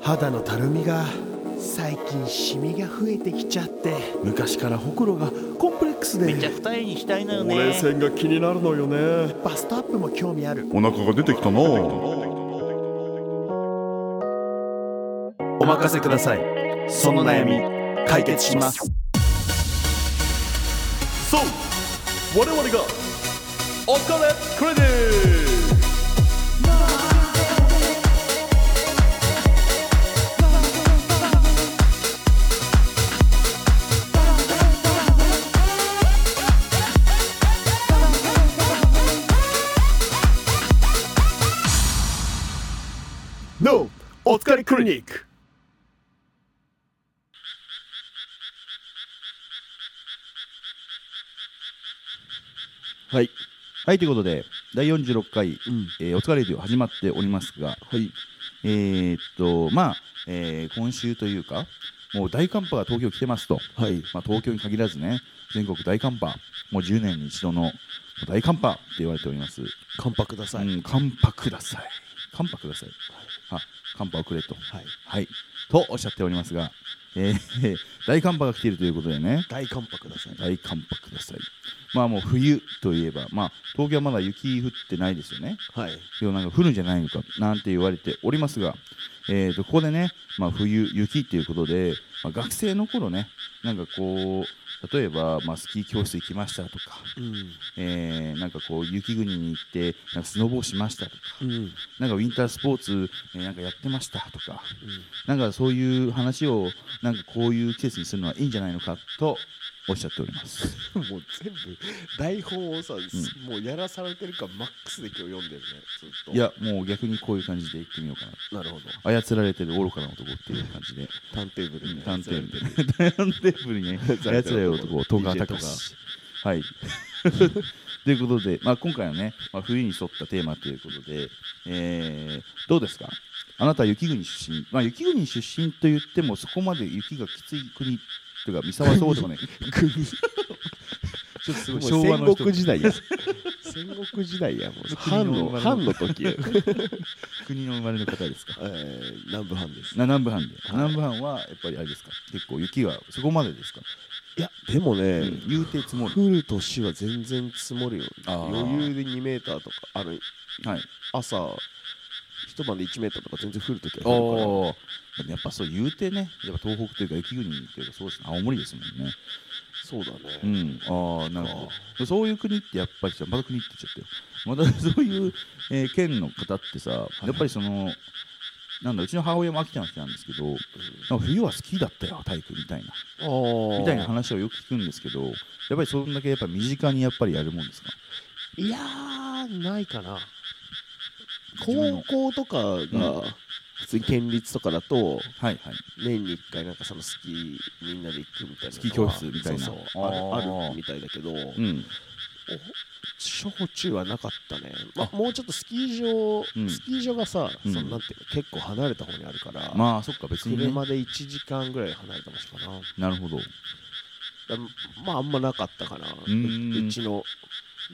S6: 肌のたるみが最近シミが増えてきちゃって昔からほくろがコンプレックスで
S7: 二重にしたいなよね
S6: が気になるのよねバストアップも興味ある
S5: お腹が出てきたな
S6: お任せくださいその悩み解決します
S5: そう我々がお金クレディ
S6: お疲れクリニック
S2: はい。
S1: はいということで第46回、えーお疲れディオ始まっておりますがえーっとまあ、えー今週というかもう大寒波が東京来てますと、
S2: はい。
S1: まあ、東京に限らずね全国大寒波もう10年に一度の大寒波って言われております
S2: 乾杯ください。
S1: うん、乾杯ください。乾杯ください。あ、乾杯をくれと。
S2: はい。
S1: はい。とおっしゃっておりますが、えー 大寒波が来ているということでね、
S2: 大乾杯ください。
S1: 大寒波ください。まあもう冬といえば、まあ東京はまだ雪降ってないですよね。
S2: はい。
S1: でもなんか降るんじゃないのかなんて言われておりますが、えー、とここでね、まあ、冬雪っていうことで、まあ、学生の頃ねなんかこう例えば、まあ、スキー教室行きましたとか、えーなんかこう雪国に行ってなんかスノボをしましたとか、なんかウィンタースポーツ、えーなんかやってましたとか、なんかそういう話をなんかこういう季節にするのはいいんじゃないのかとおっしゃっております。
S2: もう全部台本をさ、もうやらされてるからマックスで今日読んでるねずっと
S1: いやもう逆にこういう感じで行ってみようかな
S2: なるほど
S1: 操られてる愚かな男っていう感じで。
S2: ターンテーブルに
S1: ターンテーブ
S2: や
S1: ルターンテーブル にねや
S2: られ
S1: つ
S2: て
S1: ら
S2: る
S1: よ
S2: 男
S1: 男戸川
S2: DJ
S1: 隆史はい ということで、まあ、今回はね、まあ、冬に沿ったテーマということで、えーどうですかあなたは雪国出身、まあ、雪国出身と言ってもそこまで雪がきつい国というか三沢そうで もね国ちょっとすごい昭和
S2: られてるも
S1: の
S2: う
S1: 人
S2: 戦国時代や戦国時代やも う
S1: 国
S2: 藩
S1: の
S2: の藩の時 や、え
S1: 国の生まれの方ですか
S2: ー、南部藩です
S1: な南部藩で、南部藩はやっぱりあれですか結構雪がそこまでですか、
S2: いやでもね、
S1: うん言うて積もる
S2: 降る年は全然積もるよ
S1: あー
S2: 余裕で2メーターとかあの
S1: はい
S2: 朝一晩で1メーターとか全然降る時は降るから
S1: おおやっぱそう言うてねやっぱ東北というか雪国というかそうですね青森ですもんね
S2: そうだね、
S1: うんああなるほどそういう国ってやっぱりさまた国って言っちゃったよま たそういう、えー県の方ってさやっぱりそのなんだうちの母親も秋田の人なんですけど、なんか冬は好きだったよ体育みたいな
S2: ああ
S1: みたいな話をよく聞くんですけどやっぱりそんだけやっぱ身近にやっぱりやるもんですか
S2: いやー、ないかな。
S1: 自分の
S2: 高校とか
S1: う
S2: が、普通に県立とかだと、
S1: はいはい
S2: 年に1回、なんかそのスキーみんなで行くみたいなのは。
S1: スキー教室みたいな
S2: そうそう
S1: あー
S2: あるあるみたいだけど、
S1: うん
S2: 小中はなかったね、まあ、もうちょっとスキー場、
S1: うん
S2: スキー場がさ、
S1: うん
S2: そのなんていうの結構離れた方にあるから、
S1: まあそっか別に、ね、
S2: 車で1時間ぐらい離れた場所かな
S1: なるほど
S2: だまああんまなかったかなう
S1: ーん
S2: うちの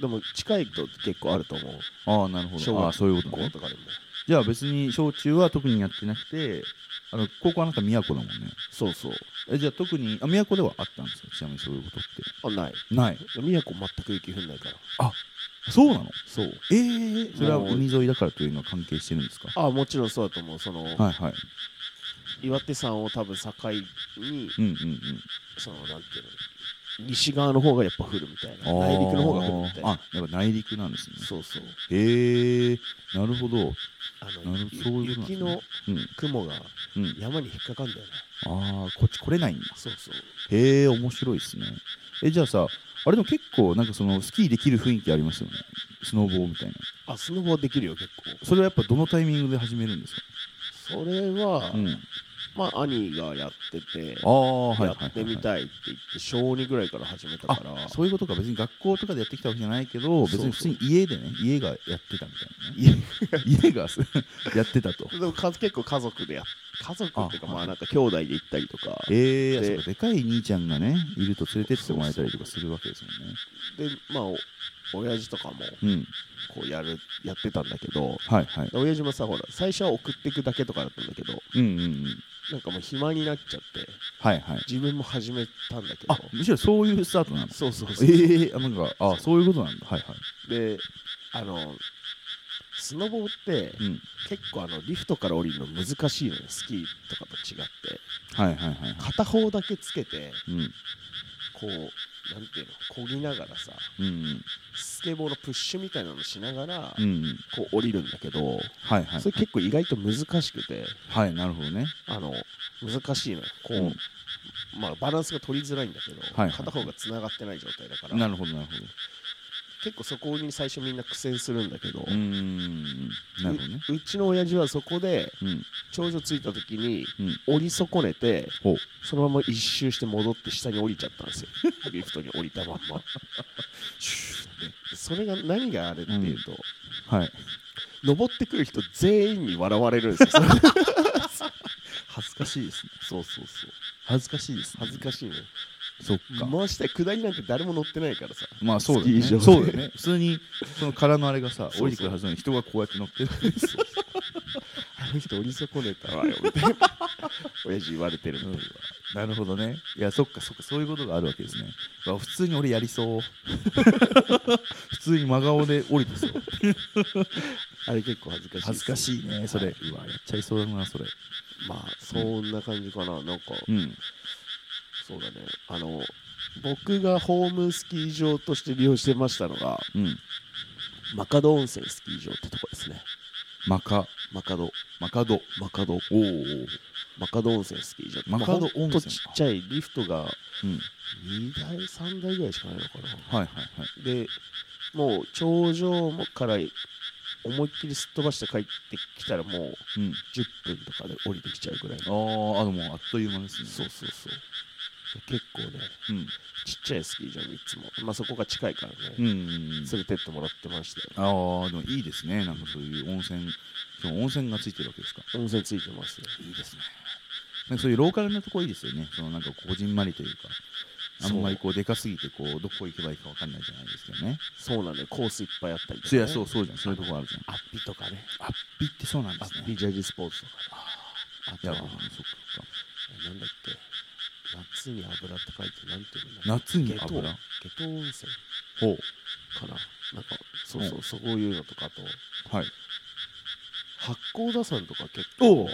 S2: でも近いと結構あると思う
S1: ああなるほ
S2: 小
S1: どああ
S2: 学
S1: そういうこと
S2: 校
S1: ね
S2: とかでも
S1: じゃあ別に小中は特にやってなくてあの高校はなんか都だもんね
S2: そうそう
S1: えじゃあ特にあ都ではあったんですかちなみにそういうことっ
S2: あない
S1: てない
S2: 宮古全く雪降んないから
S1: そうなの
S2: そう
S1: ええそれは海沿いだからというのは関係してるんですか
S2: あもちろんそうだと思うその、
S1: はいはい
S2: 岩手山を多分境に
S1: うんうんうん
S2: そのなんていうの西側の方がやっぱ降るみたい
S1: あ
S2: な
S1: ー
S2: 内陸の方が降るみたいな
S1: あやっぱ内陸なんですね
S2: そうそう
S1: へえなるほど
S2: あの
S1: なる
S2: ゆ
S1: そういうことなんですね
S2: 雪の
S1: うん
S2: 雲が
S1: うん
S2: 山に引っかかんだよね
S1: ああこっち来れないんだ
S2: そうそう
S1: へえ面白いですねえじゃあさあれでも結構なんかそのスキーできる雰囲気ありますよねスノボーみたいな
S2: あスノボできるよ結構
S1: それはやっぱどのタイミングで始めるんですか
S2: それは、
S1: うん
S2: まあ兄がやってて
S1: ああはいはい
S2: や
S1: はい、はい、
S2: ってみたいって言って小2ぐらいから始めたから
S1: あそういうことか別に学校とかでやってきたわけじゃないけど別に普通に家でね家がやってたみ
S2: 家
S1: たいなね家が やってたと
S2: でもか結構家族でや家族っていうか
S1: あ
S2: まあなんか兄弟で行ったりとか
S1: ええ
S2: で
S1: そうかでかい兄ちゃんがねいると連れてってもらえたりとかするわけですもんね
S2: でまあお親父とかも
S1: うん
S2: こうやるやってたんだけど
S1: はいはい
S2: で親父もさほら最初は送ってくだけとかだったんだけど
S1: うんうんうん
S2: なんかもう暇になっちゃって
S1: はいはい
S2: 自分も始めたんだけど
S1: あむしろそういうスタートなんです
S2: そうそうそう、
S1: ええあなんかあそういうことなんだはいはい
S2: であのスノボって
S1: うん
S2: 結構あのリフトから降りるの難しいのよスキーとかと違って
S1: はいはいはいはい
S2: 片方だけつけて
S1: うん
S2: こうなんていうのこぎながらさ
S1: うん
S2: スケボーのプッシュみたいなのしながら
S1: うんうん
S2: こう降りるんだけど
S1: はいはい
S2: それ結構意外と難しくて
S1: はいなるほどね
S2: あの難しいのよこ
S1: うん
S2: うまあバランスが取りづらいんだけど
S1: はいはい
S2: 片方がつながってない状態だから
S1: なるほどなるほど
S2: 結構そこに最初みんな苦戦するんだけど、
S1: うーんなるほどね
S2: ううちの親父はそこで
S1: うん
S2: 頂上着いた時に
S1: うん
S2: 降り損ねて
S1: ほう
S2: そのまま一周して戻って下に降りちゃったん ですよリフトに降りたまんまそれが何があれっていうと、
S1: はい
S2: 登ってくる人全員に笑われるんですよそれ
S1: 恥ずかしいですね
S2: そうそうそう
S1: 恥ずかしいですね
S2: 恥ずかしいね
S1: そっか
S2: 回した下りなんて誰も乗ってないからさ
S1: まあそうだ
S2: ス
S1: ね
S2: キー場で
S1: そうだね普通にその殻のあれがさ
S2: そうそう
S1: 降りてくるはずなのに人がこうやって乗ってる
S2: あの人降り損ねたわよ みたいな親父言われてるみたいな
S1: なるほどねいやそっかそっかそういうことがあるわけですねうわ普通に俺やりそう 普通に真顔で降りてそう
S2: あれ結構恥ずかしい
S1: 恥ずか
S2: い
S1: しいねそれうわやっちゃいそうだなそれ
S2: まあそんな感じかななんか
S1: うん
S2: そうだねあの僕がホームスキー場として利用してましたのが
S1: うん
S2: マカド温泉スキー場ってとこですね
S1: マカ
S2: マカド
S1: マカド
S2: マカド
S1: おお
S2: マカド温泉スキー場
S1: マカド
S2: まあほん
S1: 温
S2: と
S1: 泉
S2: ちっちゃいリフトが
S1: うん
S2: 2台3台ぐらいしかないのかな
S1: はいはいはい
S2: でもう頂上から思いっきりすっ飛ばして帰ってきたらもう
S1: うん
S2: 10分とかで降りてきちゃうぐらいの
S1: あああでもあっという間ですね
S2: そうそうそう結構ね
S1: うん
S2: ちっちゃいスキー場にいつも、まあ、そこが近いからね、
S1: うんうんうん
S2: 連れてってもらってましたよ
S1: ああでもいいですねなんかそういう温泉しかも温泉がついてるわけですか
S2: 温泉ついてますよ
S1: いいですね。なんかそういうローカルなとこいいですよね。そのなんかこじんまりというか、あんまりこうでかすぎてこうどこ行けばいいかわかんないじゃないですけどね。
S2: そうなんだよコースいっぱいあったりとか、
S1: そ
S2: ね、
S1: うやそうそうじゃん。そういうとこあるじゃん。
S2: アッピとかね
S1: アッピってそうなん
S2: ア
S1: です
S2: ッ
S1: ね
S2: ピ。ジャージスポーツとかねあ
S1: い
S2: と
S1: や
S2: は
S1: そっ
S2: な
S1: か
S2: んだっ
S1: そっか。
S2: け夏に油って書いてなんていうんだ
S1: 夏に油
S2: 下湯温泉
S1: ほ
S2: かななんかそうそううそういうのとかあと
S1: うはい。
S2: 八甲田山とか結
S1: お
S2: 構
S1: う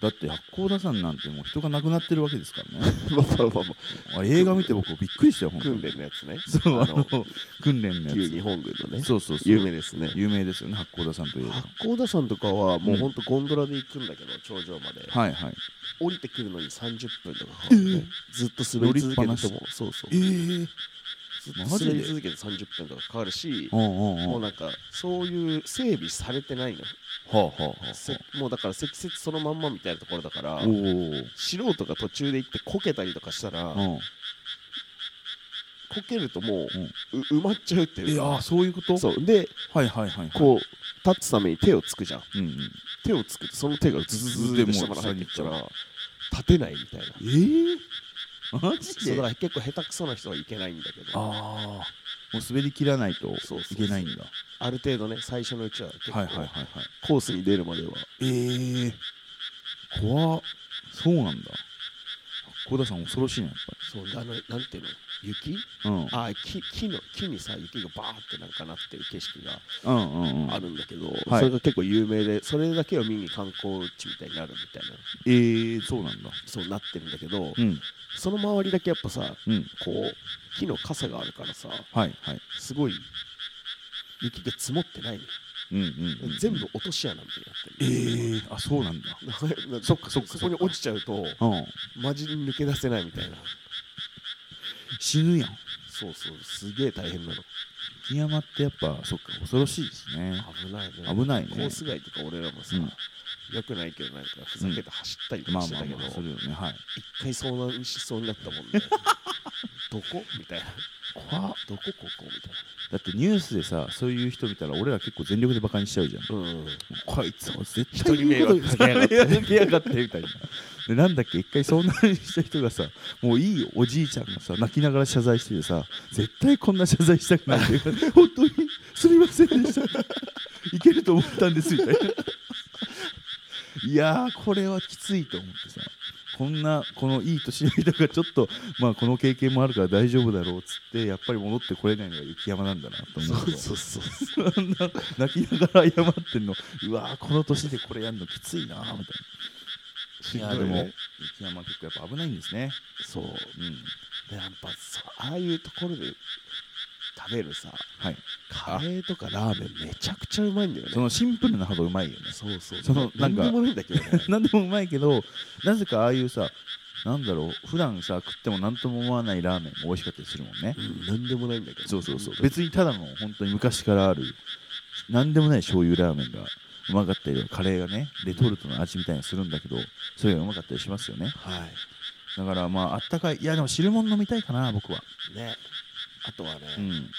S1: だって八甲田山なんてもう人が亡くなってるわけですから ね。
S2: まあまあまあま
S1: あ映画見て僕びっくりしたよ
S2: あ
S1: 本当
S2: 訓
S1: に。
S2: 練のやつね
S1: そうあ
S2: あの
S1: の訓練の
S2: 旧
S1: や
S2: 日
S1: つ。
S2: 本軍のね
S1: そうそうそう。
S2: 有名ですね
S1: 有名ですよね八甲田山といえば。
S2: 八甲田山とかはも
S1: う
S2: うんほんとゴンドラで行くんだけど、頂上まで
S1: はいはい。
S2: 降りてくるのに30分とかかかるね、ずっと滑り続け
S1: 乗りっぱな
S2: て
S1: し
S2: てもそうそう
S1: ええ。
S2: ずっ
S1: マ
S2: と
S1: ジで
S2: 滑り続けて30分とかかかるし
S1: おうんうん
S2: も
S1: う。
S2: うん
S1: は
S2: なんかそういう整備されてないの
S1: あはあは
S2: せもうだから積雪そのまんまみたいなところだから
S1: あ。おお。
S2: 素人が途中で行ってこけたりとかしたら
S1: うん。
S2: こけるともう,う、埋まっちゃうって
S1: い
S2: いう
S1: や
S2: か
S1: ーそういうこと
S2: そうで
S1: はいはいはいはい
S2: こう立つために手をつくじゃん
S1: う、うんうん、
S2: 手をつくとその手がズズズズズって下から入ってきた
S1: で
S2: ら立てないみたいな
S1: えー、マジ
S2: そう
S1: で
S2: だか
S1: あ
S2: ら結構下手くそな人はいけないんだけど
S1: あーもう滑り切らないと
S2: そうそう
S1: いけないんだ
S2: ある程度ね最初のうちは結構
S1: はいはいはいはい
S2: コースに出るまでは
S1: えー、怖っそうなんだ小田さん恐ろしいなやっ
S2: そうあのなんていうの雪
S1: ぱりうん
S2: あ木木の木にさ雪がバーってなんかなってる景色が
S1: うんうんうん
S2: あるんだけど、
S1: はい
S2: それが結構有名でそれだけを見に観光地みたいになるみたいな
S1: えー、そうなんだ
S2: そうなってるんだけど、
S1: うん
S2: その周りだけやっぱさ
S1: うん
S2: こう木の傘があるからさ
S1: はいはい
S2: すごい雪が積もってないのよ、
S1: うんうん、うん、
S2: 全部落とし穴みたいになって
S1: え
S2: るのよ、
S1: ー、あそうなんだ
S2: そっかそっかそこに落ちちゃうと
S1: うん
S2: マジに抜け出せないみたいな
S1: 死ぬやん
S2: そうそうすげえ大変なの
S1: 雪山ってやっぱそっか恐ろしいですね
S2: 危ないね
S1: 危ないね
S2: コース外とか俺らもさ、
S1: うん
S2: よくないけどなんかふざけて走ったりと
S1: ま
S2: か
S1: あ
S2: して
S1: ま
S2: た
S1: あ
S2: けど、
S1: まあするよねはい
S2: 一回遭難しそうになったもん ねどこみたいな
S1: 怖っ
S2: どこここみ
S1: だってニュースでさそういう人見たら俺ら結構全力でバカにしちゃうじゃん
S2: たいなうん
S1: こいつを絶
S2: 人に迷惑かけやがって
S1: 人に迷惑かけやがってみたいなでなんだっけ一回そんなにした人がさもういいおじいちゃんがさ泣きながら謝罪しててさ絶対こんな謝罪したくないっていうか 本当にすみませんでしたいけると思ったんですみたいないやーこれはきついと思ってさこんなこのいい年の人がちょっとまあこの経験もあるから大丈夫だろうっつってやっぱり戻ってこれないのが雪山なんだなと思うと
S2: そうそう
S1: そんな泣きながら謝ってんのうわーこの年でこれやるのきついなーみたいな
S2: しんどいね
S1: やでも雪山結構やっぱ危ないんですね
S2: そう
S1: うん
S2: でやっぱそうああいうところで食べるさ
S1: はい
S2: カレーとかラーメンめちゃくちゃうまいんだよね
S1: そのシンプルなほどうまいよね
S2: そうそう
S1: そのなんか
S2: でもないんだけどね
S1: 何でもうまいけどなぜかああいうさなんだろう普段さ食っても何とも思わないラーメンも美味しかったりするもんね
S2: うんなんでもないんだけど
S1: そうそうそう
S2: 本
S1: 別にただの本当に昔からある何でもない醤油ラーメンがうまかったりカレーがねレトルトの味みたいにするんだけどそれがうまかったりしますよね
S2: 当には
S1: だからまああったかいいやでも汁物飲みたいかな僕はい
S2: ねあとはね、
S1: うん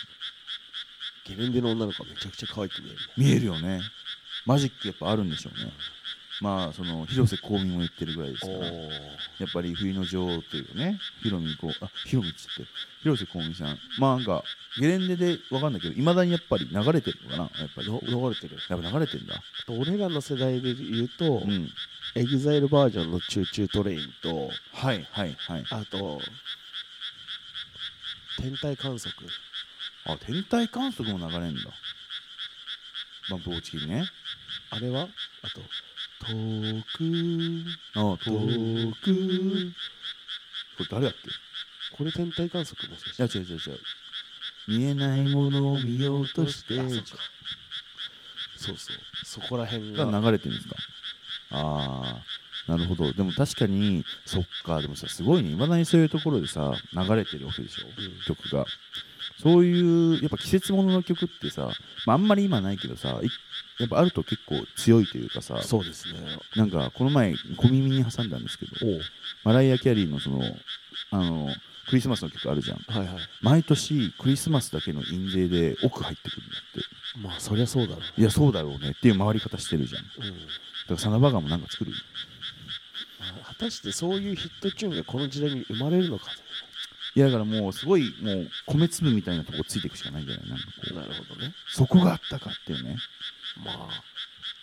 S2: ゲレンデの女の子はめちゃくちゃ可愛く見えるね
S1: 見えるよねマジックやっぱあるんでしょうねまあその広瀬香美も言ってるぐらいですからやっぱり冬の女王というねヒロミこうあヒロミっつって広瀬香美さんまあなんかゲレンデでわかんないけどいまだにやっぱり流れてるのかなやっぱり
S2: の流れてる
S1: やっぱ流れてんだ
S2: 俺らの世代で言うと、
S1: うん
S2: エグザイルバージョンの「チューチュートレインと」
S1: はいはいはい
S2: あと天体観測
S1: あ天体観測も流れんだバンプオーチキリね
S2: あれはあと「遠く
S1: ああ
S2: 遠く
S1: これ誰だっけ」
S2: これ天体観測もしかし
S1: いや
S2: て
S1: 違う違う違う見えないものを見ようとして
S2: あそっかそうそうそこら辺が
S1: が流れてるんですかああなるほどでも確かにそっかでもさすごいねいまだにそういうところでさ流れてるわけでしょ、曲がそういうやっぱ季節ものの曲ってさ、まあ、あんまり今ないけどさいやっぱあると結構強いというかさ
S2: そうですね
S1: なんかこの前小耳に挟んだんですけどマライア・キャリーのそのあのクリスマスの曲あるじゃん
S2: はいはい
S1: 毎年クリスマスだけの印税で奥入ってくるんだっ
S2: まあそりゃそうだろ
S1: ていやそうだろうねっていう回り方してるじゃんだか
S2: う、うん
S1: らサナバガンもなんか作る
S2: まあ果たしてそういうヒットチューンがこの時代に生まれるのか
S1: いやだからもうすごいもう米粒みたいなとこついていくしかないんじゃないなんかこう
S2: なるほどね
S1: そこがあったかっていうね
S2: まあ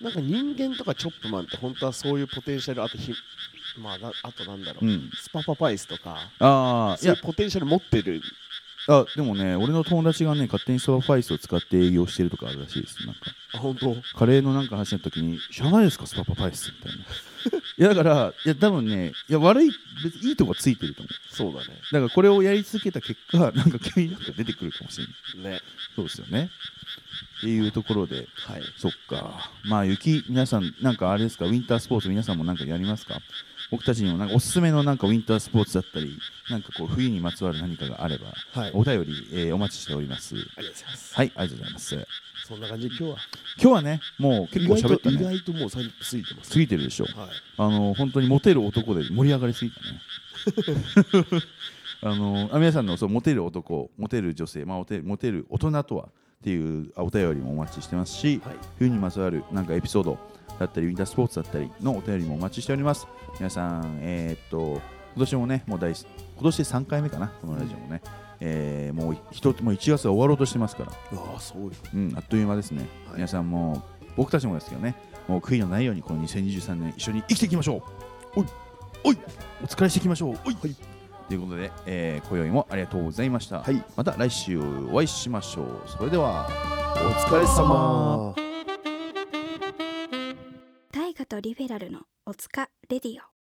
S2: なんか人間とかチョップマンって本当はそういうポテンシャルあとひまあなあとなんだろう、
S1: うん
S2: スパパパイスとか
S1: ああい
S2: そう
S1: や
S2: いうポテンシャル持ってる
S1: あでもね俺の友達がね勝手にソーファイスを使って営業してるとかあるらしいですなんか
S2: あ本当
S1: カレーのなんか話の時に「知らないですかスパパパイス」みたいない やだからいや多分ねいや悪い別にいいとこついてると思う
S2: そうだ
S1: だからこれをやり続けた結果なんか急になんか出てくるかもしれない
S2: ねね
S1: そうですよねっていうところで
S2: はい
S1: そっかまあ雪皆さんなんかあれですかウィンタースポーツ皆さんもなんかやりますか僕たちにもなんかおすすめのなんかウィンタースポーツだったりなんかこう冬にまつわる何かがあれば
S2: はい
S1: お便り、えーお待ちしております
S2: ありがとうございます
S1: はいありがとうございます
S2: そんな感じで今日は
S1: 今日はねもう結構喋った
S2: 意
S1: ね
S2: 外と意外ともう30分過ぎてます
S1: 過ぎてるでしょ
S2: はい
S1: あの本当にモテる男で盛り上がりすぎたね。 あのあ皆さんのそうモテる男モテる女性、まあ、モテるモテる大人とはっていうあお便りもお待ちしてますし、
S6: はい
S1: 冬にまつわるなんかエピソードだったりウィンタースポーツだったりのお便りもお待ちしております皆さんえーっと今年もねもう第今年で3回目かなこのラジオもね、えーもう一つもう1月は終わろうとしてますから、
S6: ああそうよ
S1: うん、あっという間ですね、
S6: はい
S1: 皆さんも僕たちもですけどねもう悔いのないようにこの2023年一緒に生きていきましょうおいおいお疲れしていきましょうおい、ということで、えー、今宵もありがとうございました、
S6: はい
S1: また来週お会いしましょうそれでは
S6: お疲れ様
S4: 大河とリベラルのおつかレディオ